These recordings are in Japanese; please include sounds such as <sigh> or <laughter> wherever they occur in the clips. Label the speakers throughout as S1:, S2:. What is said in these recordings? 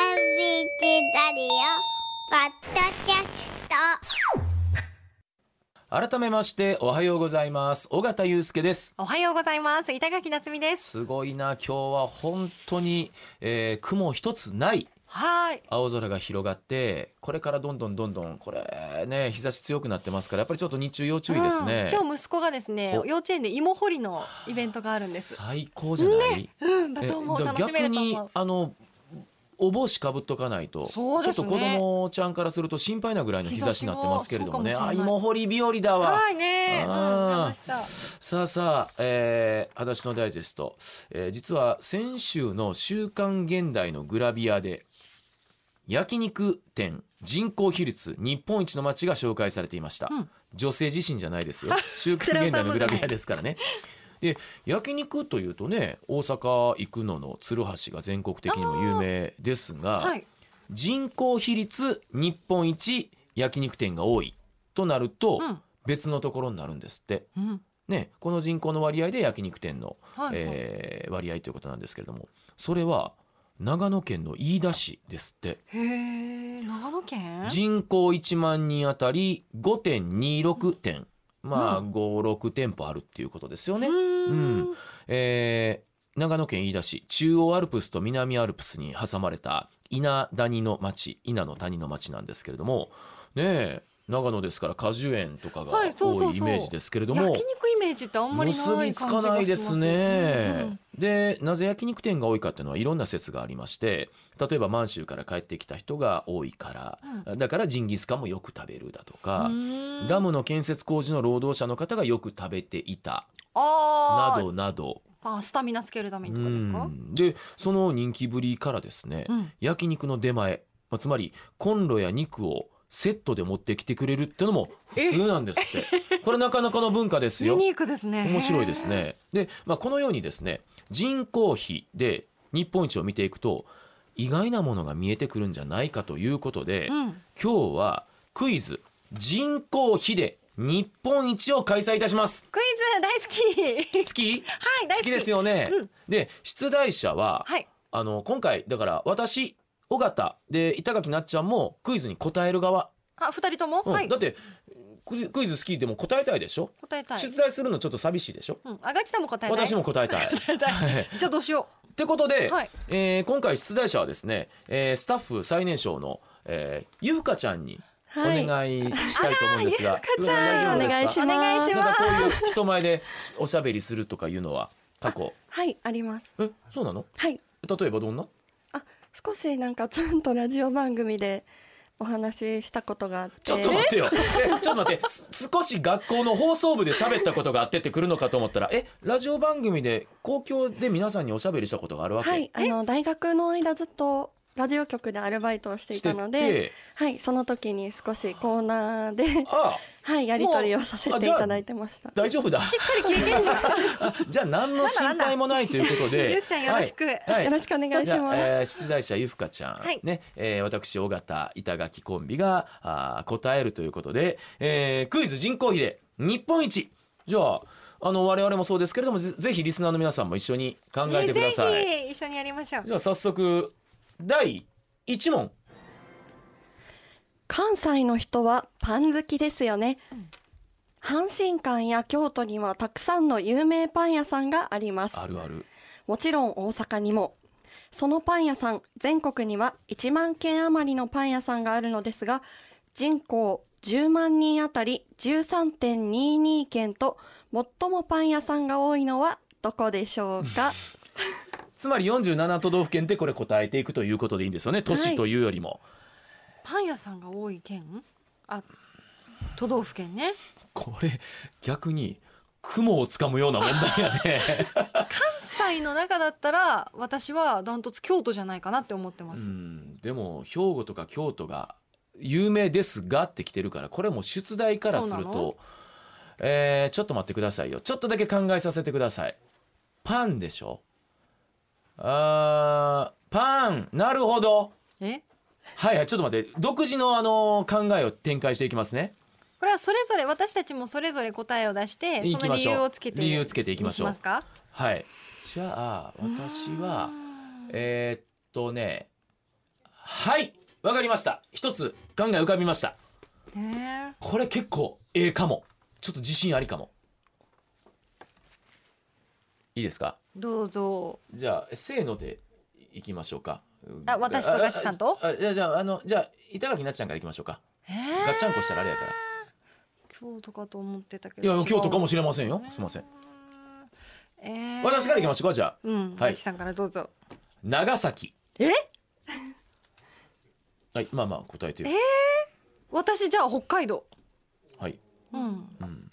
S1: チラリオポッドキャスト
S2: 改めましておはようございます尾形祐介です
S3: おはようございます板垣夏実です
S2: すごいな今日は本当に、えー雲一つない
S3: はい
S2: 青空が広がってこれからどんどんどんどんこれね日差し強くなってますからやっぱりちょっと日中要注意ですね、
S3: うん今日息子がですね
S2: お
S3: 幼稚園で芋掘りのイベントがあるんです
S2: 最高じゃない、
S3: うんだと思う
S2: えだ
S3: 楽しめ
S2: 逆
S3: ると
S2: に
S3: 思う
S2: あのお帽子かぶっとかないと
S3: そうですね
S2: ちょっと子供ちゃんからすると心配なぐらいの日差しになってますけれどもね
S3: 日差しが
S2: あ
S3: そうかもしれない
S2: 芋掘り日和だわ、
S3: はいねうん
S2: あー
S3: 楽しそう
S2: さあさあ、えー、裸足のダイジェスト、えー実は先週の「週刊現代」のグラビアで焼肉店人口比率日本一の町が紹介されていました、
S3: うん
S2: 女性自身じゃないですよ週刊現代のグラビアですからねで焼肉というとね大阪行くのの鶴橋が全国的にも有名ですが、
S3: はい
S2: 人口比率日本一焼肉店が多いとなると、
S3: うん
S2: 別のところになるんですって。
S3: うん
S2: ね、この人口の割合で焼肉店の、
S3: はいはい
S2: えー割合ということなんですけれどもそれは長野県の飯田市ですって
S3: へえ長野県
S2: 人口1万人あたり5.26店まあ
S3: う
S2: 56店舗あるっていうことですよ
S3: う
S2: ね。
S3: ー
S2: うんえー長野県飯田市中央アルプスと南アルプスに挟まれた稲谷の町稲の谷の町なんですけれどもねえ長野ですから果樹園とかが多
S3: はいいそうそう
S2: イ
S3: そう
S2: メージですけれども。
S3: 焼肉イメージってあんまりない
S2: 結
S3: 感じ
S2: び
S3: がし
S2: つ
S3: ます
S2: かないです
S3: うんう
S2: ね
S3: ん。
S2: でなぜ焼肉店が多いかっていうのはいろんな説がありまして例えば満州から帰ってきた人が多いから、だからジンギスカンもよく食べるだとか、
S3: うん
S2: ダムの建設工事の労働者の方がよく食べていた
S3: あ
S2: な
S3: ー
S2: どなど。
S3: あスタミナつけるためにとかです
S2: う
S3: か
S2: んでその人気ぶりからですね、
S3: うん
S2: 焼肉の出前、まあ、つまりコンロや肉をセットで持ってきてくれるってのも普通なんですってこれなかなかの文化です
S3: ユ
S2: よ。
S3: ニークですね
S2: 面白いですね。で、まあ、このようにですね人口比で日本一を見ていくと意外なものが見えてくるんじゃないかということで、
S3: うん
S2: 今日はクイズ「人口比で日本一」を開催いたします。
S3: クイズ大好き <laughs>
S2: 好き
S3: はい大
S2: 好
S3: 好き
S2: きですよね。
S3: うん
S2: で出題者は、
S3: はい
S2: あの今回だから私尾形で板垣なっちゃんもクイズに答える側、
S3: あ二人とも
S2: うん
S3: はい
S2: だってクイズクイズ好きでも答えたいでしょ、
S3: 答えたい
S2: 出題するのちょっと寂しいでしょ
S3: うん、あがちさんも答えたい。
S2: 私も答えた
S3: <laughs>
S2: い。
S3: 答えたい。
S2: はい
S3: じゃあどうしよう。
S2: ってことで、
S3: はい
S2: えー今回出題者はですね、えースタッフ最年少の、えー、ゆうかちゃんにお願いしたいと思うんですが、ゆうか
S3: ゃん
S2: 大丈夫ですか
S4: お願いします
S2: なんかこういう人前でおしゃべりするとかいうのは過去
S4: はい、あります。
S2: えそうなの
S4: はい。
S2: 例えばどんな
S4: あ、少しなんかちゃんとラジオ番組でお話ししたことがあって。
S2: ちょっと待ってよ、えちょっと待ってす少し学校の放送部で喋ったことがあってってくるのかと思ったらえラジオ番組で公共で皆さんにおしゃべりしたことがあるわけ、
S4: はい、あの大学の間ずっとラジオ局でアルバイトをしていたの
S2: して
S4: で
S2: て、、
S4: はい、その時に少しコーナーで
S2: ああ
S4: はい、やり取りをさせていただいてました。
S2: 大丈夫だ
S3: しっかり経験者。
S2: じゃあ何の心配もないということで。
S3: ゆうちゃんよろしく
S2: はい
S4: よろしくお願い
S2: じ
S4: します
S2: ゃあえー出題者ゆふかちゃん、
S3: はい
S2: ね、えー私尾形板垣コンビがあー答えるということで、えークイズ人口比で日本一。じゃあ。あの我々もそうですけれどもぜぜひリスナーの皆さんも一緒に <laughs> 考えてください、
S3: ぜひ一緒にやりましょう。
S2: じゃあ早速第1問
S4: 関西の人はパン好きですよね。阪神館や京都にはたくさんの有名パン屋さんがあります。
S2: あるある
S4: もちろん大阪にも。そのパン屋さん、全国には1万軒余りのパン屋さんがあるのですが、人口10万人あたり13.22軒と、最もパン屋さんが多いのはどこでしょ
S2: <laughs>
S4: うか
S2: つまり47都道府県でこれ答えていくということでいいんですよね都市というよりも、
S3: パン屋さんが多い県？あ、都道府県ね。
S2: これ逆に雲をつかむような問題やね
S3: 関西の中だったら私はダントツ京都じゃないかなって思ってま
S2: う
S3: す。
S2: んでも兵庫とか京都が有名ですがって来てるからこれも出題からする
S3: そうなの
S2: と、えーちょっと待ってくださいよちょっとだけ考えさせてくださいパンでしょあーパンなるほど
S3: え、
S2: はいはいちょっと待って独自のあの考えを展開していきますね
S3: これはそれぞれ私たちもそれぞれ答えを出して
S2: 行
S3: そ
S2: き
S3: の
S2: まし
S3: 理
S2: ょう
S3: 由をつけて
S2: 理由つけていきましょう
S3: にますか？
S2: はいじゃあ私は
S3: うーん
S2: えーっとねはいわかりました一つ考え浮かびました
S3: ね
S2: これ結構ええかもちょっと自信ありかもいいですか
S3: えどうぞ
S2: じゃあせーのでいきましょうか
S3: あ私とガチさんと
S2: ああじゃあじゃああのじゃあ板垣なっちゃんからいきましょうか
S3: え
S2: ガッチャンコ
S3: え
S2: したらあれやから
S3: 今日とかと思ってたけ
S2: い
S3: ど
S2: や今日とかも
S3: し
S2: しれませんよすいません
S3: ええ
S2: 私からいきましょうかじゃあ
S3: うん、
S2: はい
S3: ガチさんからどうぞ
S2: 長崎
S3: え
S2: はいまあまあ答えてよ
S3: 私じゃあ北海道
S2: はい
S3: うん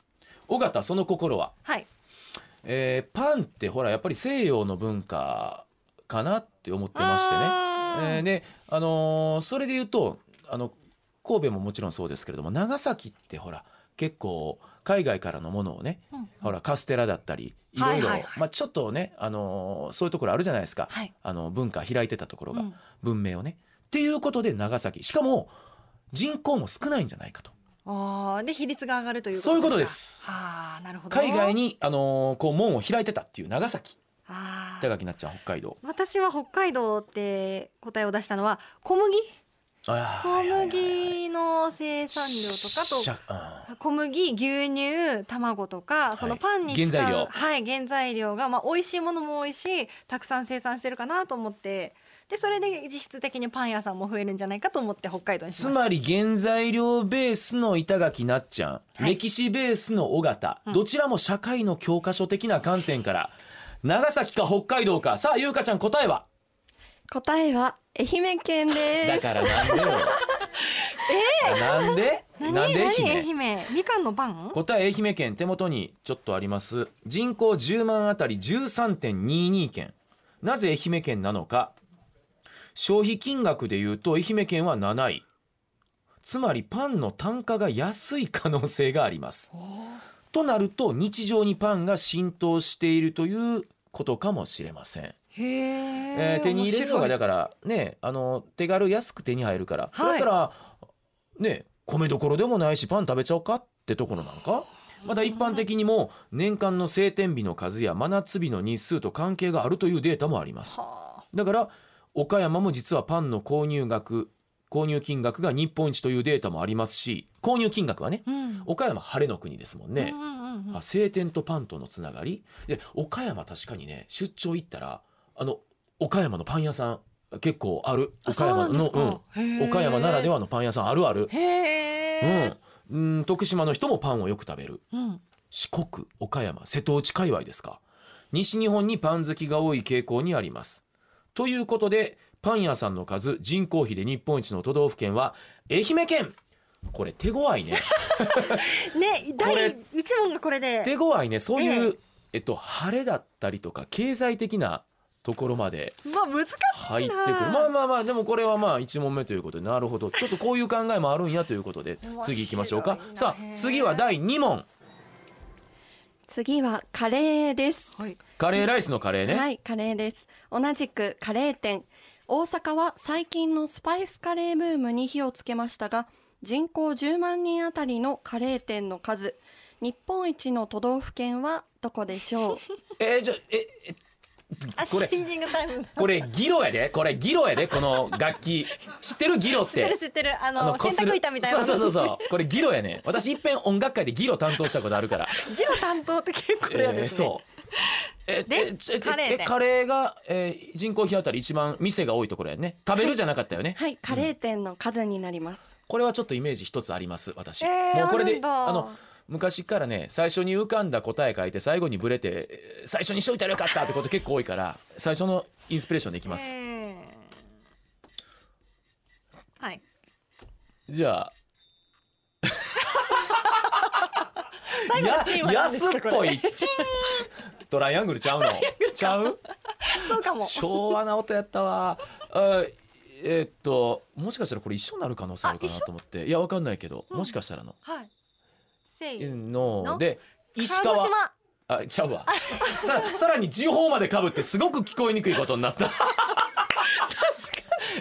S2: 尾形その心は
S3: はい
S2: えーパンってほらやっぱり西洋の文化かなって思ってましてね。
S3: あー
S2: えーで、あのーそれで言うとあの神戸ももちろんそうですけれども長崎ってほら結構海外からのものをね、
S3: うん
S2: ほらカステラだったりいろいろ、
S3: はいはいはい
S2: まあ、ちょっとね、あのーそういうところあるじゃないですか、
S3: はい
S2: あの文化開いてたところが、
S3: うん
S2: 文明をね。っていうことで長崎しかも人口も少ないんじゃないかと
S3: ああで比率が上がるという
S2: そういうことです
S3: かああなるほど
S2: 海外
S3: に
S2: に、あのーこう門を開いてたっていう長崎
S3: あー
S2: 高木なっちゃん北海道。
S3: 私は北海道って答えを出したのは小麦
S2: あー
S3: 小
S2: はいはいはいはい
S3: 麦の生産量
S2: し
S3: とか
S2: ゃうん
S3: と小麦牛乳卵とかそのパンに使う、
S2: 原材料
S3: はい原材料がまあ美味しいものも多いしたくさん生産してるかなと思ってでそれで実質的にパン屋さんも増えるんじゃないかと思って北海道にし
S2: つ
S3: ました
S2: まり原材料ベースの板垣なっちゃん、
S3: はい
S2: 歴史ベースの尾形、どちらも社会の教科書的な観点から長崎か北海道かさあ優香ちゃん答えは
S4: 答えは愛媛県
S2: だ
S4: です。
S2: からなんでよな
S3: <laughs>
S2: んで
S3: 何
S2: なんで愛
S3: 何
S2: 媛
S3: 愛媛みかんのパン
S2: 答え愛媛県手元にちょっとあります人口10万あたり13.22件なぜ愛媛県なのか消費金額でいうと愛媛県は7位つまりパンの単価が安い可能性がありますとなると日常にパンが浸透しているということかもしれません、
S3: へ
S2: え
S3: え
S2: ー手に入れるのがだか
S3: か
S2: らねあの手軽安く手に入るから、
S3: はい
S2: だからね米どころでもないしパン食べちゃおうかってところなのかまた一般的にも年間の晴天日の数や真夏日の日数と関係があるというデータもあります
S3: は
S2: だから岡山も実はパンの購入額購入金額が日本一というデータもありますし購入金額はね
S3: あ、うん
S2: 岡山晴れの国ですもんね、
S3: うんうんうん
S2: あ晴天とパンとのつながりで岡山確かにね出張行ったらあの岡山のパン屋さん結構ある
S3: あ
S2: 岡山
S3: そうなんです
S2: の
S3: か、
S2: うん、岡山ならで
S3: は
S2: はのパン屋さんあるある、
S3: へえ、
S2: うん、うん徳島の人もパンをよく食べる
S3: うん、
S2: 四国岡山瀬戸内界隈ですか西日本にパン好きが多い傾向にありますということでパン屋さんの数人口比で日本一の都道府県は愛媛県これ手強いねこれ
S3: ね第一問がこれで
S2: 手強いねそういう、えっと、晴れだったりとか経済的なところまで
S3: まあ難し
S2: 入っ
S3: い
S2: て
S3: な
S2: くるまあまあまあでもこれはまあ1問目ということでなるほどちょっとこういう考えもあるんやということで
S3: 面白いな
S2: 次行きましょうか
S3: へー
S2: さあ次は第2問
S4: 次はカレーです。
S3: はい
S2: カレーライスのカレーね、
S4: はい、カレーです。同じくカレー店。大阪は最近のスパイスカレーブームに火をつけましたが、人口10万人あたりのカレー店の数、日本一の都道府県はどこで
S3: <laughs>
S4: しょう
S2: えーじゃあええ
S3: あ
S2: こ
S3: シ
S2: れ
S3: ンキングタイム
S2: これギロやでこれギロやでこの楽器知ってるギロっ
S3: 知って
S2: て
S3: る知ってるあ
S2: あ
S3: の
S2: こ
S3: 洗
S2: する
S3: 濯板みたいな
S2: そうそうそうそうこれギロやね私いっぺん音楽会でギロ担当したことあるから
S3: うギロ担当って結構
S2: え
S3: 嫌ですね、
S2: ーそう。
S3: <laughs>
S2: え
S3: で
S2: ええ
S3: カレー
S2: え
S3: で
S2: カレーが、えー人口比当たり一番店が多いところやね食べるじゃなかったよね、
S4: はい、カレー店の数になります。
S2: これはちょっとイメージ一つあります私、
S3: えー
S2: もうこれ
S3: あ
S2: で
S3: るんだ
S2: の昔からね最初に浮かんだ答え書いて最後にブレてえー最初にしといたらよかったってこと結構多いから最初のインスピレーションでいきます、
S3: えーはい
S2: じゃあ
S3: <laughs> 最後のチームは
S2: や
S3: 何です
S2: 安っ
S3: かこれ
S2: ぽいチーントライアングルちゃうのちゃう
S3: そうかも
S2: 昭和な音やったわ。あえーっともしかしたらこれ一緒になる可能性あるかな
S3: あ一緒
S2: と思っていやわかんないけど、もしかしたらの
S3: はいせい
S2: の
S3: の
S2: で石
S3: 鹿
S2: 川
S3: 児島
S2: あちゃうわささらに地方までかぶってすごく聞こえにくいことになった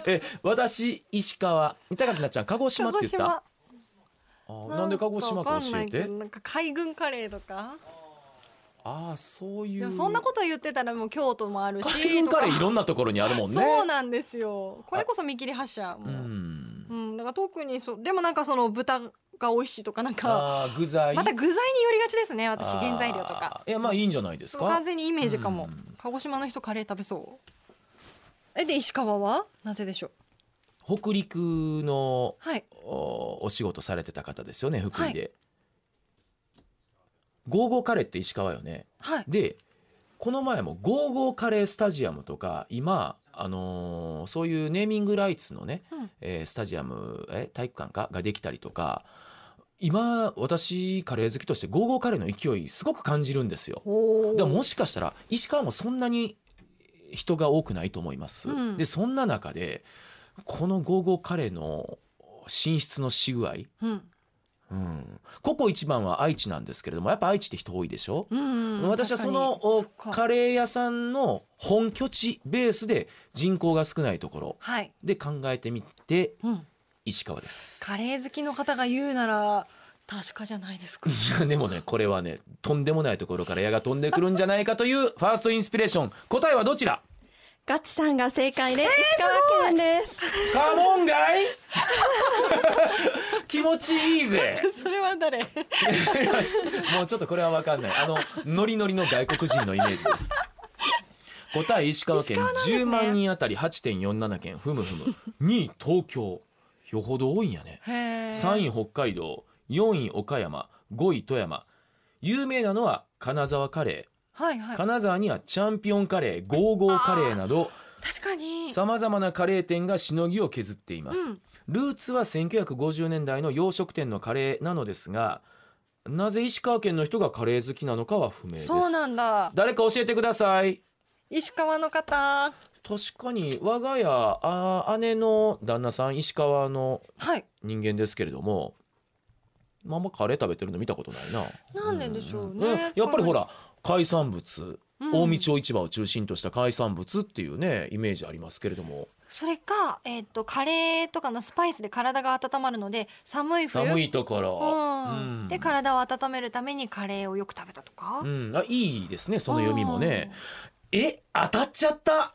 S2: え私石川板垣なっちゃん鹿児島って言ったあなんで鹿児島か教え
S3: なんかわかんないけ
S2: て
S3: どなんか海軍カレーとか
S2: ああそうい
S3: で
S2: う
S3: もそんなこと言ってたらもう京都もある
S2: 海
S3: し
S2: 軍
S3: と
S2: カレ
S3: か
S2: ーいろんなところにあるもんね
S3: そうなんですよこれこそ見切り発車も
S2: う
S3: う、
S2: ん
S3: うん、だから特にそうでもなんかその豚が美味しいとかなんか
S2: あー具材
S3: また具材によりがちですね私
S2: あー
S3: 原材料とか
S2: いやまあいいんじゃないです
S3: もう
S2: か
S3: 完全にイメージかも、
S2: うん
S3: 鹿児島の人カレー食べそうえで石川はなぜでしょう
S2: 北陸の
S3: はい
S2: おお仕事されてた方ですよね福井で、ゴーゴーカレーって石川よね
S3: はい
S2: でこの前もゴーゴーカレースタジアムとか今、あのーそういうネーミングライツのね、
S3: うん
S2: えースタジアムえ体育館かができたりとか今私カレー好きとしてゴーゴーカレーの勢いすごく感じるんですよ。
S3: おー
S2: でももしかしたら石川もそんなに人が多くないと思います。
S3: うん
S2: でそんな中でこのゴーゴーカレーの進出のし具合、
S3: うん
S2: うん、ここ一番は愛知なんですけれどもやっぱ愛知って人多いでしょ、
S3: うんうん、
S2: 私はそのお
S3: 確かにそっか
S2: カレー屋さんの本拠地ベースで人口が少ないところ
S3: はい、
S2: で考えてみて
S3: うん、
S2: 石川です。 <laughs>
S3: カレー好きの方が言うなら確かじゃないですか
S2: いやでもねこれはねとんでもないところから矢が飛んでくるんじゃないかというファーストインスピレーション答えはどちら
S4: ガチさんが正解です。石川県です。
S2: カモンガ <laughs> イ気持ちいいぜ
S3: <laughs> それは誰
S2: もうちょっとこれは分かんないあのノリノリの外国人のイメージです答え石川県
S3: 石川なんですね
S2: 10万人あたり8.47件ふむふむ2位東京よほど多いんやね
S3: へー
S2: 3位北海道4位岡山5位富山有名なのは金沢カレ
S3: はいは
S2: ー
S3: い
S2: 金沢にはチャンピオンカレーゴーゴーカレーなど
S3: 確かに
S2: さまざまなカレー店がしのぎを削っています、
S3: うん、
S2: ルーツは1950年代の洋食店のカレーなのですがなぜ石川県の人がカレー好きなのかは不明です
S3: そうなんだ
S2: 誰か教えてください
S3: 石川の方
S2: 確かに我が家あ姉の旦那さん石川の
S3: はい
S2: 人間ですけれどもまああんまカレー食べてるの見たことないな
S3: なんででしょうね
S2: んやっぱりほら海産物、
S3: うん
S2: 大見町市場を中心とした海産物っていうねイメージありますけれども
S3: それか、えー、とカレーとかのスパイスで体が温まるので寒い冬
S2: 寒いところ、
S3: うん
S2: うん
S3: で体を温めるためにカレーをよく食べたとか、
S2: うん、あいいですねその読みもねえ当たっちゃった
S3: あ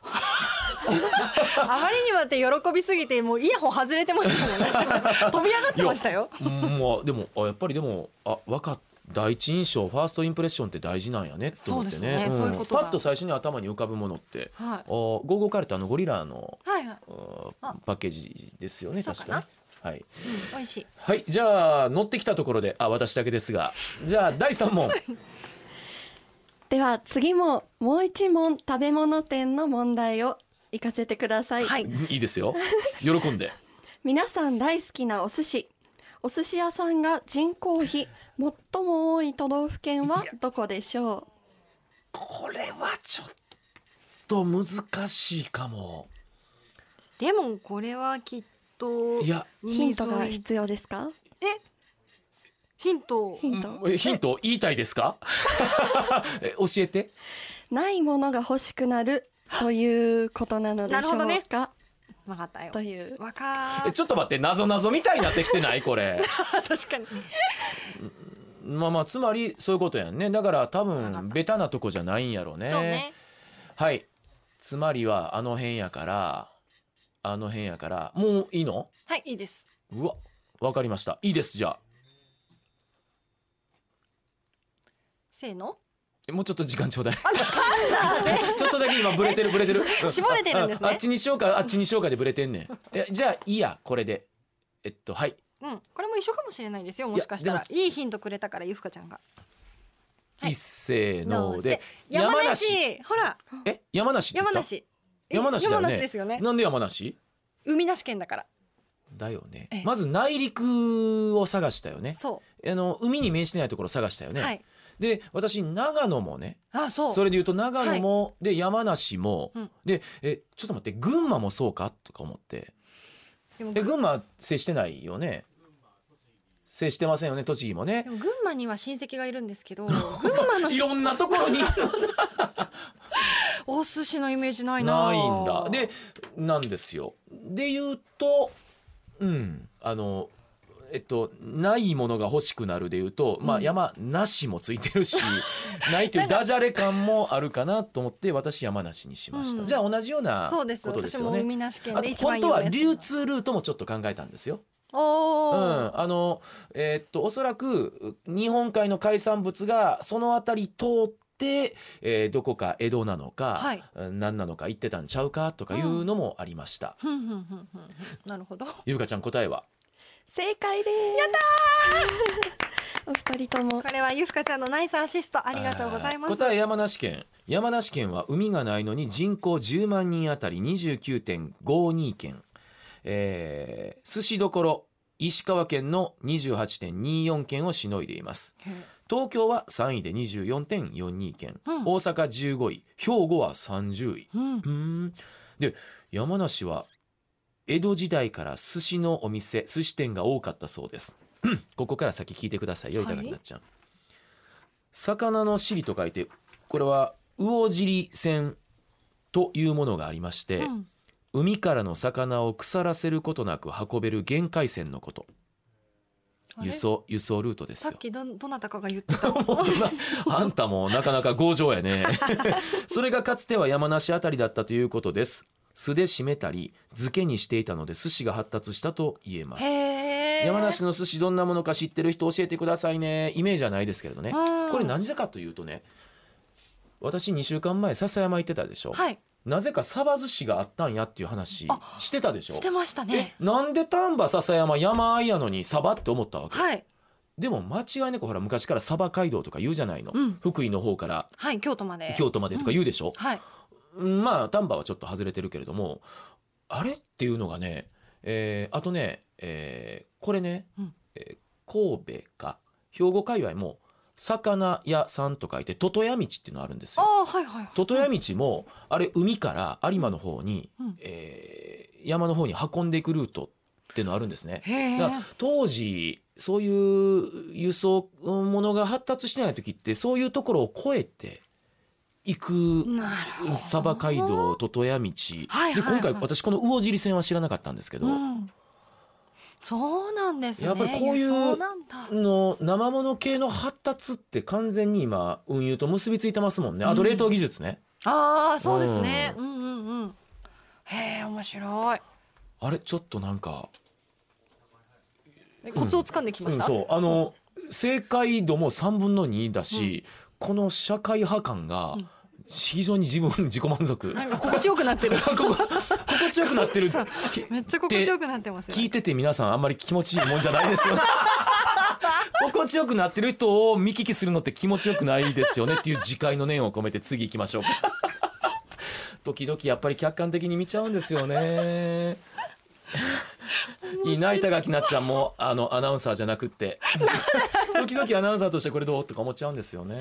S3: まりにもだって喜びすぎてもうイヤホン外れてましたもんね <laughs> 飛び上がってましたよ
S2: うんまあでもあやっぱりでもあわかっ第一印象ファーストインプレッションって大事なんやねって思ってね
S3: そうですねそういうことだ
S2: パッと最初に頭に浮かぶものって
S3: は
S2: あゴーゴーカレーってあのゴリラの
S3: いはいはい、
S2: あ
S3: あ
S2: パッケージですよね
S3: そうか
S2: 確か
S3: な
S2: に。はい、
S3: うん、美味しい
S2: はい、じゃあ乗ってきたところであ私だけですがじゃあ第3問
S3: <laughs>
S4: では次ももう一問食べ物店の問題を行かせてください、
S3: はい
S2: いいですよ喜んで
S4: 皆さん大好きなお寿司お寿司屋さんが人口比最も多い都道府県はどこでしょ
S2: これはちょっと難しいかも
S3: でもこれはきっと
S2: いや
S4: う
S3: 海沿い
S4: ヒントが必要ですか
S3: えヒント
S4: ヒント
S2: うんえヒント言いたいですか <laughs> え教えて
S4: ないものが欲しくなるということなのでしょ
S3: な
S4: う
S3: るほどね
S4: か、
S3: わかったよ
S4: という
S3: わか
S2: えちょっと待って謎謎みたいになってきてないこ <laughs> れ
S3: <laughs> 確かに
S2: まあまあつまりそういうことやんねだから多分ベタなとこじゃないんやろね
S3: そうね
S2: はいつまりはあの辺やからあの辺やからもういいの
S3: はいいいです
S2: うわわかりましたいいですじゃあ
S3: せーの
S2: えもうちょっと時間ちょうだいちょっとだけ今ブレてるブレてるうん
S3: 絞れてるんですね
S2: あああっちにしようかあっちにしようかでブレてんねんえじゃあいいやこれでえっとはい
S3: うんこれも一緒かもしれないですよもしかした
S2: いや
S3: らいいヒントくれたからゆふかちゃんがはい
S2: いっせーので
S3: 山梨ほら
S2: え山梨って言
S3: 山
S2: った
S3: 梨え
S2: 山梨だよね
S3: 山梨ですよね
S2: なんで山梨
S3: 海なし県だから
S2: だよね
S3: ええ
S2: まず内陸を探したよね
S3: そ
S2: あの海に面してないところ探したよ
S3: う、
S2: ね、
S3: はい
S2: で私長野もね
S3: あそう
S2: それで言うと長野も、で山梨も、
S3: うん
S2: でえちょっと待って群馬もそうかとか思って
S3: でも
S2: え
S3: 群
S2: 群馬接してないよね接してませんよね栃木もね
S3: でも群馬には親戚がいるんです
S2: <laughs>
S3: けど群馬の
S2: いろんなとこ
S3: <laughs>
S2: ろに
S3: お寿司のイメージないな
S2: ないんだでなんですよで言うとうんあのえっと、ないものが欲しくなるでいうと、まあ、山梨もついて
S3: <laughs>
S2: るしないというダジャレ感もあるかなと思って私山梨にしました、
S3: うん
S2: じゃあ同じような
S3: そうです
S2: ことです
S3: 私
S2: よ
S3: も
S2: ね
S3: 海なし県
S2: あと
S3: で一
S2: 本
S3: 番有
S2: 当は
S3: 名です
S2: 流通ルートもちょっと考えたんですよ。
S3: お
S2: う
S3: ー
S2: ん、あのえーっとおそらくう日本海の海産物がその辺り通って、えーどこか江戸なのか、
S3: はい
S2: うん何なのか行ってたんちゃうかとかいうのもありました。
S3: ふんふんふんふんなるほど <laughs> こ
S2: ゆうかちゃん答えは
S4: 正解ですやったー <laughs> お二人とも
S3: れはゆふかちゃんのナイスアシストありがとうございます
S2: あー答え山梨県山梨県は海がないのに人口10万人あたり29.52県、えー、寿司どころ石川県の28.24県をしのいでいます
S3: へえ
S2: 東京は3位で24.42件、
S3: うん
S2: 大阪15位兵庫は30位
S3: うん
S2: うーんで山梨は江戸時代から寿司のお店寿司店が多かったそうです <clears throat> ここから先聞いてくださいよ
S3: はい
S2: 板垣なっちゃん、魚の尻と書いてこれは魚尻線というものがありまして、
S3: うん
S2: 海からの魚を腐らせることなく運べる限界線のこと
S3: あれ
S2: 輸送輸送ルートです
S3: さ
S2: よ
S3: っきどどなたかが言って
S2: <laughs>
S3: た
S2: 本当だあんたもなかなか強情やね <laughs> それがかつては山梨あたりだったということです素で締めたり漬けにしていたので寿司が発達したと言えます
S3: へえ
S2: 山梨の寿司どんなものか知ってる人教えてくださいねイメージはないですけれどね
S3: うん
S2: これ何故かというとね私2週間前笹山行ってたでしょ、
S3: はい
S2: なぜかサバ寿司があったんやっていう話してたでしょ
S3: してましたね
S2: なんで丹波笹山山あいやのにサバって思ったわけ
S3: はい
S2: でも間違いなくほら昔からサバ街道とか言うじゃないの、
S3: うん
S2: 福井の方から
S3: はい京都まで
S2: 京都までとか言うでしょ、
S3: はい
S2: うんまあ丹波はちょっと外れてるけれどもあれっていうのがね、えーあとね、えーこれね、
S3: うん
S2: えー神戸か兵庫界隈も魚屋さんと書いてtoto屋道っていうのあるんです
S3: あ
S2: よ。
S3: あはいはいはい
S2: toto屋道もあれ海から有馬の方に、
S3: うん
S2: えー山の方に運んでいくルートっていうのあるんですね。
S3: へえ
S2: だから当時そういう輸送ものが発達してない時ってそういうところを越えていく
S3: なるほど
S2: サバ街道toto屋道、
S3: はい
S2: で
S3: はい
S2: 今回
S3: はい
S2: 私この魚尻線は知らなかったんですけど、
S3: うん、そうなんですね
S2: やっぱりこういう
S3: やそうなんだ
S2: の生もの系の発達って完全に今運輸と結びついてますもんねあと冷凍技術ね、
S3: ああそうですね、うん、うんうんへえ面白い
S2: あれちょっとなんか、
S3: えコツを掴んでき
S2: う
S3: ま
S2: ん、
S3: した、
S2: そうあの正解度も3分の2だし、この社会派感が
S3: うん
S2: 非常に自分自己満足。
S3: なんか心地よくなってる
S2: ここ心地よくなってる
S3: そう <laughs> めっちゃ心地よくなってますよ
S2: 聞いてて皆さんあんまり気持ちいいもんじゃないです
S3: <laughs>
S2: よ心地よくなってる人を見聞きするのって気持ちよくないですよねっていう自戒の念を込めて次行きましょう時々やっぱり客観的に見ちゃうんですよねいいな板垣なっちゃんもあのアナウンサーじゃなくって時々アナウンサーとしてこれどうとか思っちゃうんですよね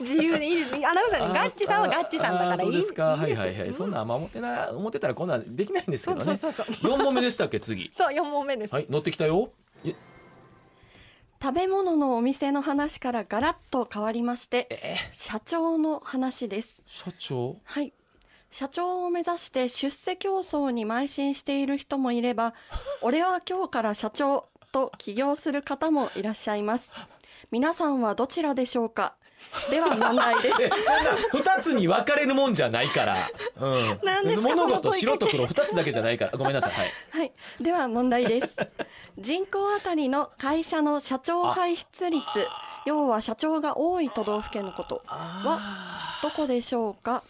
S3: 自由でいいですアナウンサー
S2: あー
S3: のガッチさんはガッチさんだからいい
S2: あーそうですかはいはい
S3: いい
S2: はい、
S3: です
S2: そんな甘思ってな思ってたらこんなんできないんですけどね
S3: そうそうそうそう
S2: 4問目でしたっけ次
S3: そう四問目です、
S2: はい乗ってきたよえ
S4: 食べ物のお店の話からガラッと変わりまして
S2: え
S4: 社長の話です
S2: 社長
S4: はい社長を目指して出世競争に邁進している人もいれば俺は今日から社長と起業する方もいらっしゃいます皆さんはどちらでしょうかでは問題で
S2: <laughs>
S4: す
S2: えそんな二つに分かれるもんじゃないから、うん、
S3: なんですか
S2: 物事
S3: そ
S2: 白
S3: の問いか
S2: と黒二つだけじゃないからごめんなさいはい
S4: はい、では問題です。人口あたりの会社の社長輩出率、要は社長が多い都道府県のことはどこでしょうか。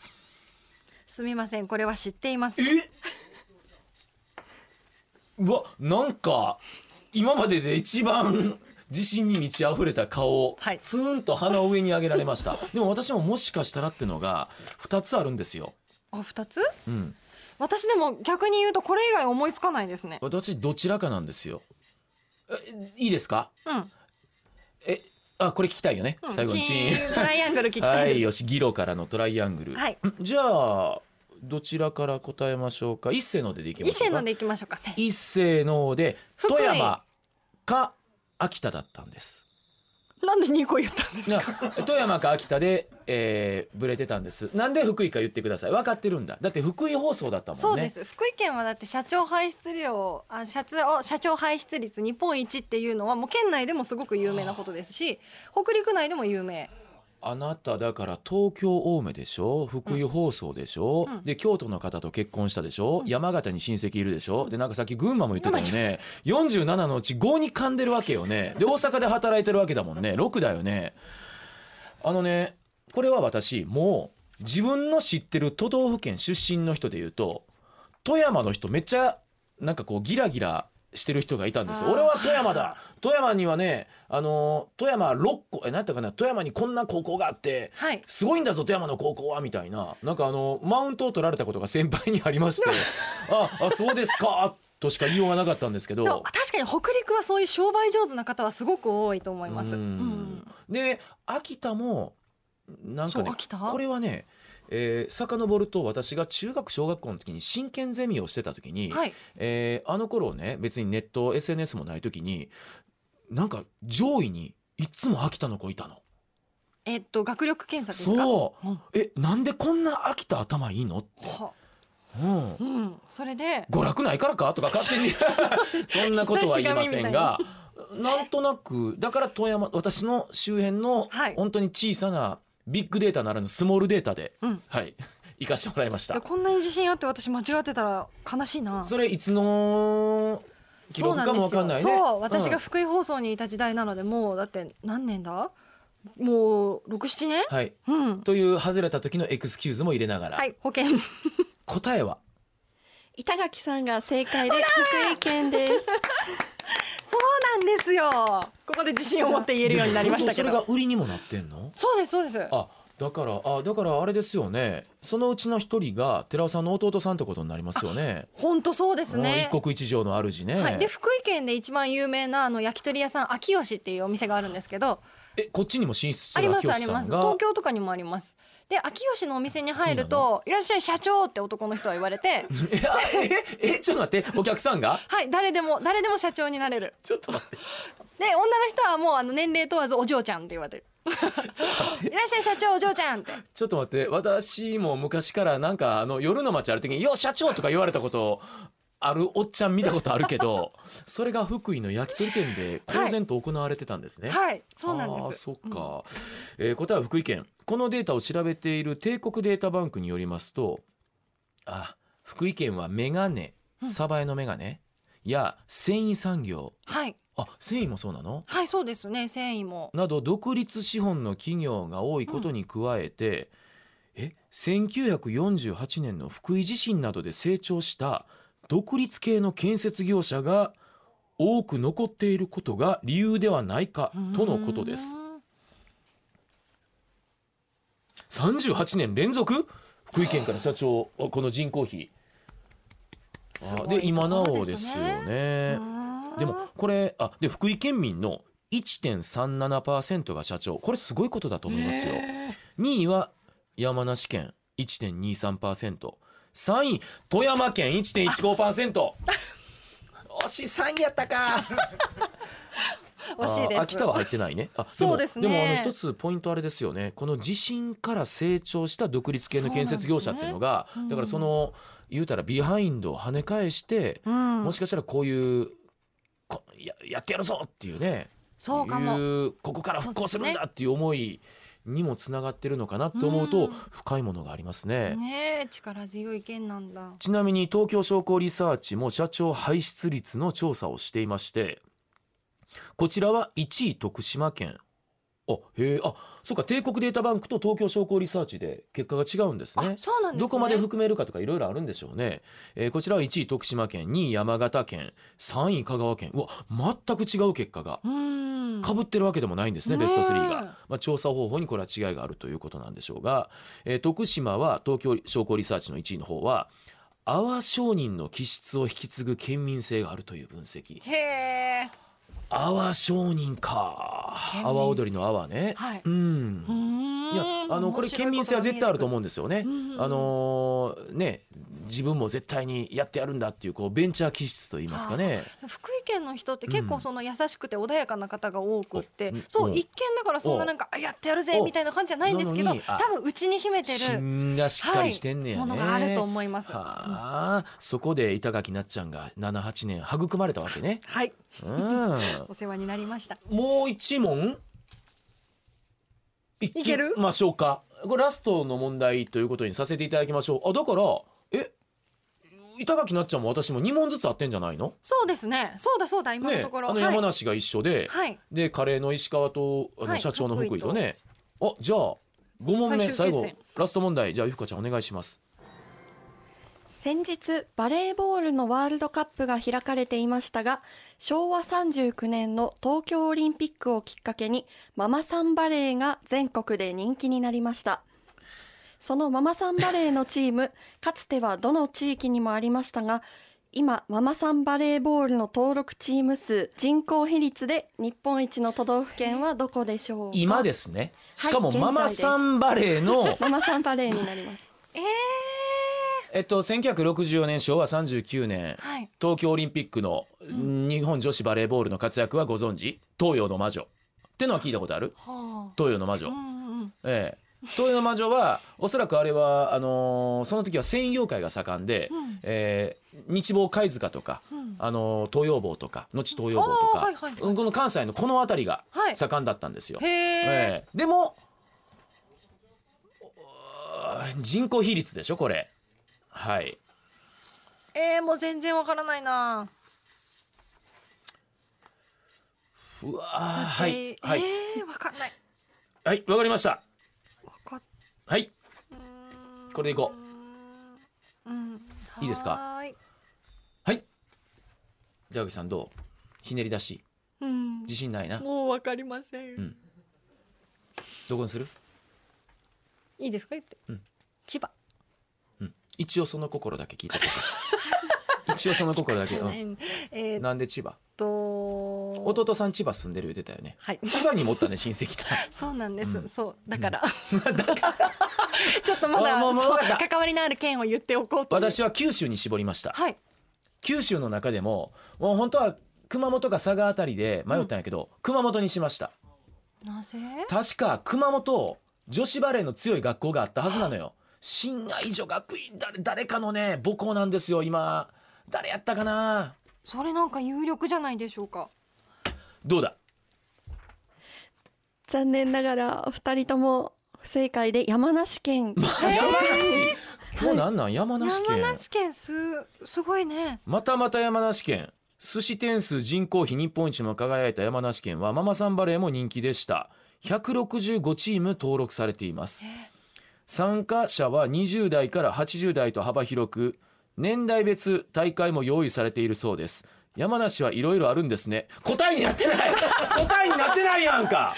S3: すみませんこれは知っています
S2: えうわなんか今までで一番 <laughs> 自信に満ち溢れた顔を
S3: はい
S2: ツーンと鼻を上に上げられました、でも私ももしかしたらってのが二つあるんですよ、
S3: あ二つ
S2: うん、
S3: 私でも逆に言うとこれ以外思いつかないですね
S2: 私どちらかなんですよえいいですか
S3: うん
S2: えあこれ聞きたいよね、
S3: うん
S2: 最後にチーン
S3: チーントライアングル聞きた
S2: はいい
S3: で
S2: よしギロからのトライアングル、
S3: はい
S2: んじゃあどちらから答えましょうか一斉のででいき
S3: す
S2: ま
S3: 伊
S2: しょう
S3: 勢
S2: か
S3: のでいきましょうかせ
S2: 一斉ので
S3: 福井
S2: 富山か秋田だったんです
S3: なんで2個言ったんです
S2: な
S3: か
S2: 富山か秋田で、えー、ブレてたんですなんで福井か言ってください分かってるんだだって福井放送だったもんね
S3: そうです福井県はだって社長排出量あ社長社長排出率日本一っていうのはもう県内でもすごく有名なことですし北陸内でも有名
S2: あなただから東京青梅でしょ福井放送でしょ、
S3: うん
S2: で京都の方と結婚したでしょ、山形に親戚いるでしょでなんかさっき群馬も言ってたよね47のうち5に噛んでるわけよ <laughs> ねで大阪で働いてるわけだもんね6だよねあのねこれは私もう自分の知ってる都道府県出身の人で言うと富山の人めっちゃなんかこうギラギラしてる人がいたんですよ
S3: あー
S2: 俺は富山だ富山にはねあの富山6個え何ていうかな富山にこんな高校があって
S3: はい
S2: すごいんだぞ富山の高校はみたいななんかあのマウントを取られたことが先輩にありまして
S3: <laughs>
S2: ああそうですかとしか言いようがなかったんですけ
S3: でも
S2: ど。
S3: 確かに北陸はそういう商売上手な方はすごく多いと思います
S2: う
S3: うんん
S2: で秋田もなんかね
S3: そう秋田
S2: これはね、えー、遡ると私が中学小学校の時に真剣ゼミをしてた時に、
S3: はい
S2: えーあの頃ね別にネット SNS もない時になんか上位にいつも秋田の子いたの。
S3: えっと学力検査ですか
S2: そう、
S3: うん
S2: えなんでこんな秋田頭いいのって、
S3: は
S2: うん、
S3: うんそれで
S2: 娯楽ないからかとか勝手
S3: <laughs>
S2: にそんなことは言いませんがなんとなくだから富山私の周辺の
S3: はい
S2: 本当に小さなビッグデータならぬスモールデータで、
S3: うん
S2: はい <laughs> 行かしてもらいまし
S3: いや
S2: た。
S3: こんなに自信あって私間違ってたら悲しいな
S2: それいつの記
S3: そ
S2: 録
S3: うなん
S2: か
S3: で
S2: も
S3: す
S2: わ
S3: よ
S2: かんないね。
S3: そう私が
S2: ん
S3: 福井放送にいた時代なのでもうだって何年だもう67年
S2: はい
S3: うん
S2: という外れた時のエクスキューズも入れながら、
S3: はい保険 <laughs>
S2: 答えは
S4: 板垣さんが正解で福井県です。
S3: そうなんですよここで自信を持って言えるようになりました
S2: で
S3: け
S2: もそ
S3: ど
S2: れが売りにもなってんの
S3: そうですそうです
S2: あだからあだからあれですよねそのうちの一人が寺尾さんの弟さんってことになりますよね。
S3: 本当そうですね
S2: もう一国一城の主ね、
S3: はい、で福井県で一番有名なあの焼き鳥屋さん秋吉っていうお店があるんですけど
S2: えこっちにも進出し
S3: あ
S2: て
S3: り
S2: る
S3: ます
S2: 明
S3: あ
S2: 吉
S3: り
S2: さ
S3: ま
S2: ん
S3: す
S2: が
S3: 東京とかにもありますで秋吉のお店に入ると「いらっしゃい社長」って男の人は言わ
S2: <laughs>
S3: れて
S2: えあええちょっと待ってお客さんが
S3: はい誰でも誰でも社長になれる
S2: ちょっと待って
S3: で女の人はもうあの年齢問わずお嬢ちゃんって
S2: <laughs>
S3: 言われるいらっしゃい社長お嬢ちゃんって
S2: ちょっと待って私も昔からなんかあの夜の街歩く時に「よ社長」とか言われたことあるおっちゃん見たことあるけど <laughs> それが福井の焼き鳥店で公然と行われてたんですね。
S3: はいそうなん
S2: あ
S3: で
S2: ー
S3: す
S2: そっか、えー答えは福井県このデータを調べている帝国データバンクによりますとあ福井県はメガネ
S3: うん
S2: サバエのメガネや繊維産業
S3: はい
S2: あ繊維もそうなの
S3: はいそうですね繊維も
S2: など独立資本の企業が多いことに加えて、え1948年の福井地震などで成長した独立系の建設業者が多く残っていることが理由ではないかとのことです
S3: う。ん
S2: 38年連続福井県から社長あこの人口比
S3: す
S2: あ
S3: ごい
S2: で今な
S3: ところ
S2: おですよね。
S3: うん
S2: でもこれあで福井県民の1.37%が社長これすごいことだと思いますよ。2位は山梨県1.23%。3位富山県1.15%。惜しい3位やったか。
S3: <laughs> 惜しいです
S2: あ秋田は入ってないね。あ、
S3: そう
S2: も
S3: です
S2: で
S3: ね
S2: もあの一つポイントあれですよね。この地震から成長した独立系の建設業者っていうのが、
S3: そうな
S2: だ
S3: んですねうん
S2: からその言うたらビハインドを跳ね返して、
S3: うん
S2: もしかしたらこういうこややってやるぞっていうね。
S3: そうかも
S2: いうここから復興するんだっていう思いにもつながってるのかなと思うと
S3: うん
S2: 深いものがありますね。
S3: ねえ力強い県なんだ
S2: ちなみに東京商工リサーチも社長排出率の調査をしていましてこちらは1位徳島県あへえあそうか帝国データバンクと東京商工リサーチで結果が違うんです
S3: あ
S2: ね。
S3: そうなんですね
S2: どこまで含めるかとかいろいろあるんでしょうね、えーこちらは1位徳島県2位山形県3位香川県うわ全く違う結果が
S3: うん
S2: かぶってるわけでもないんですね、
S3: ね
S2: ベ
S3: え
S2: スト3が、まあ、調査方法にこれは違いがあるということなんでしょうが、えー徳島は東京商工リサーチの1位の方は阿波商人の気質を引き継ぐ県民性があるという分析
S3: へえ
S2: 阿波商人か阿
S3: 県民性
S2: 波踊りの阿波ね、
S3: はいううんん
S2: いやあのこれ県民性は絶対あると
S3: う
S2: 思うんですよね
S3: うんうんう。ん
S2: あのーね自分も絶対にやってやるんだっていうこうベンチャー気質と言いますかね。
S3: 福井県の人って結構その優しくて穏やかな方が多くって、
S2: うん
S3: そううん一見だからそんななんかあやってやるぜ
S2: お
S3: みたいな感じじゃないんですけ
S2: な
S3: ど
S2: のにあ
S3: 多分うちに秘めてる
S2: 芯がしっかりしてんねやね。
S3: ものがあると思います。うん
S2: はあ、そこで板垣なっちゃんが78年育まれたわけね。
S3: はい
S2: うん
S3: お世話になりました。
S2: もう一問い
S3: いける
S2: きましょうかこれラストの問題ということにさせていただきましょうあだからえ板垣なっちゃんも私も2問ずつあってんじゃないの
S3: そうですね。そうだそうだ今の
S2: ね
S3: ところ、
S2: あの
S3: はい
S2: 山梨が一緒で、
S3: はい
S2: でカレーの石川とあ
S3: は
S2: の
S3: い
S2: 社長の福井とね、あじゃあ5問目最
S3: 最終決戦
S2: 後ラスト問題じゃあゆふかちゃんお願いします
S4: 先日バレーボールのワールドカップが開かれていましたが昭和39年の東京オリンピックをきっかけにママさんバレーが全国で人気になりましたそのママさんバレーのチームかつてはどの地域にもありましたが今ママさんバレーボールの登録チーム数人口比率で日本一の都道府県はどこでしょうか
S2: 今ですねしかも
S4: はい
S2: ママさんバレーの
S4: ママさんバレーになります
S3: えー、
S2: えっと1964年昭和39年
S3: はい
S2: 東京オリンピックの日本女子バレーボールの活躍はご存知東洋の魔女ってのは聞いたことある
S3: は
S2: 東洋の魔
S3: あ
S2: 女、
S3: うんうん
S2: ええ東洋の魔女はおそらくあれはあのーその時は専用会が盛んで、
S3: うん
S2: ええ日房貝塚とか、
S3: うん
S2: あのー東洋坊とか後東洋坊と
S3: あー
S2: か、
S3: はいはいはい
S2: この関西のこの辺りが
S3: はい
S2: 盛んだったんですよ。
S3: へえ
S2: ええでもお人口比率でしょこれはい
S3: えーもう全然わからないな。
S2: うわーはい
S3: えー
S2: はい、
S3: えーわかんない。
S2: はいわかりました
S3: わかっ
S2: はいこれでいこう
S3: うん。
S2: いいですか
S3: はーい。
S2: はい寺脇さんどうひねり出し
S3: うん。
S2: 自信ないな
S3: もうわかりません。
S2: んどこにする、
S3: いいですか言って。
S2: うん
S3: 千葉。
S2: うん、一応その心だけ聞いて
S3: <laughs>
S2: おく一応その心だけ、うん
S3: えーっ
S2: なんで千葉
S3: と。
S2: 弟さん千葉住んでる言ってたよね <laughs>
S3: はい。
S2: 千葉に持った
S3: <laughs>
S2: ね親戚だ
S3: そうなんです。
S2: うん <laughs>
S3: そうだから。ちょっとま
S2: あ
S3: だ
S2: もうもう
S3: そう
S2: わかった
S3: 関わりのある県を言っておこうという。
S2: 私は九州に絞りました
S3: はい。
S2: 九州の中でももう本当は熊本か佐賀あたりで迷ったんやけど、熊本にしました
S3: なぜ？
S2: 確か熊本女子バレーの強い学校があったはずなのよ新愛女学院誰誰かのね母校なんですよ今誰やったかな
S3: それなんか有力じゃないでしょうか。
S2: どうだ
S4: 残念ながらお二人とも不正解で山梨県
S2: もうなんなん山梨県
S3: 山梨県すすごいね。
S2: またまた山梨県寿司点数人口比日本一にも輝いた山梨県はママさんバレーも人気でした165チーム登録されています参加者は20代から80代と幅広く年代別大会も用意されているそうです山梨はいろいろあるんですね答えになってない
S3: <laughs>
S2: 答えになってないやんか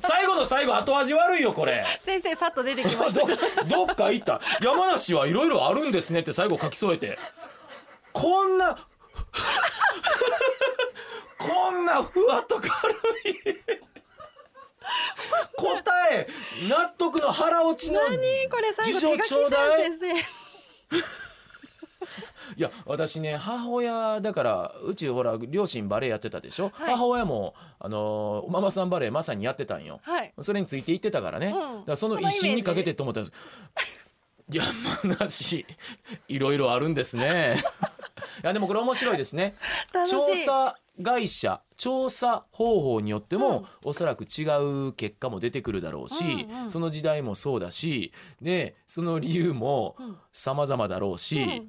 S2: 最後の最後後味悪いよこれ
S3: 先生さっと出てきました。
S2: どどっか行った山梨はいろいろあるんですねって最後書き添えてこんな <laughs> こんなふわっと軽い答え納得の腹落ちの
S3: 何これ最後
S2: 事情
S3: 手
S2: ち
S3: 書
S2: ょう
S3: きじゃ
S2: だい
S3: ん先
S2: いや私ね母親だからうちほら両親バレエやってたでしょ、
S3: はい
S2: 母親もあのーママさんバレエまさにやってたんよ、
S3: 生。はい。
S2: それについて言ってたからね、
S3: ん
S2: だからその一心にかけてと思ったんです山梨いろいろあるんですねいやでもこれ面白いですね
S3: 楽しい。
S2: 調査会社調査方法によっても、おそらく違う結果も出てくるだろうし、
S3: うんうん
S2: その時代もそうだしでその理由も
S3: うん
S2: 様々だろうし、
S3: うん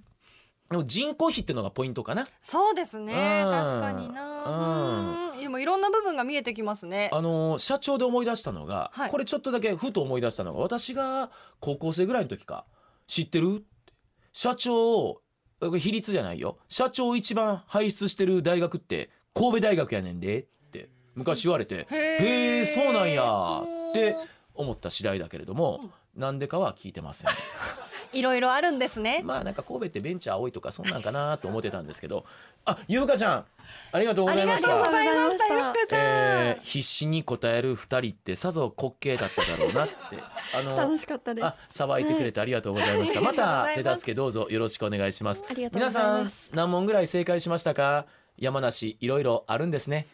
S2: でも人口比ってのがポイントかな
S3: そうですね。
S2: うん
S3: 確かにな。うん。でもいろんな部分が見えてきますね。
S2: あの社長で思い出したのが、
S3: はい
S2: これちょっとだけふと思い出したのが私が高校生ぐらいの時か知ってる社長これ比率じゃないよ社長を一番輩出してる大学って神戸大学やねんでって昔言われてへ
S3: へ
S2: えそうなんやっ
S3: うん
S2: て思った次第だけれども、なんでかは聞いてません
S3: いろいろあるんですね。
S2: まあなんか神戸ってベンチャー多いとかそんなんかなと思ってたんですけどあゆうかちゃんありがとうご
S3: あ
S2: ざい
S3: り
S2: ま
S3: が
S2: し
S3: と
S2: た
S3: うございました。
S4: あり
S3: ゆっ
S4: が
S3: か
S4: と
S3: ちゃん。
S2: えー必死に答える二人ってさぞ滑稽だっただろうなってあの
S4: 楽しかったです
S2: あさばいてくれてありがとうございました、ま
S3: はいあ
S2: た
S3: りがとうござい
S2: 手
S3: ます
S2: 助けどうぞよろしくお願いします
S4: ありがとうご
S2: 皆
S4: ざい
S2: さ
S4: ま
S2: ん
S4: す
S2: 何問ぐらい正解しましたか山梨いろいろあるんですね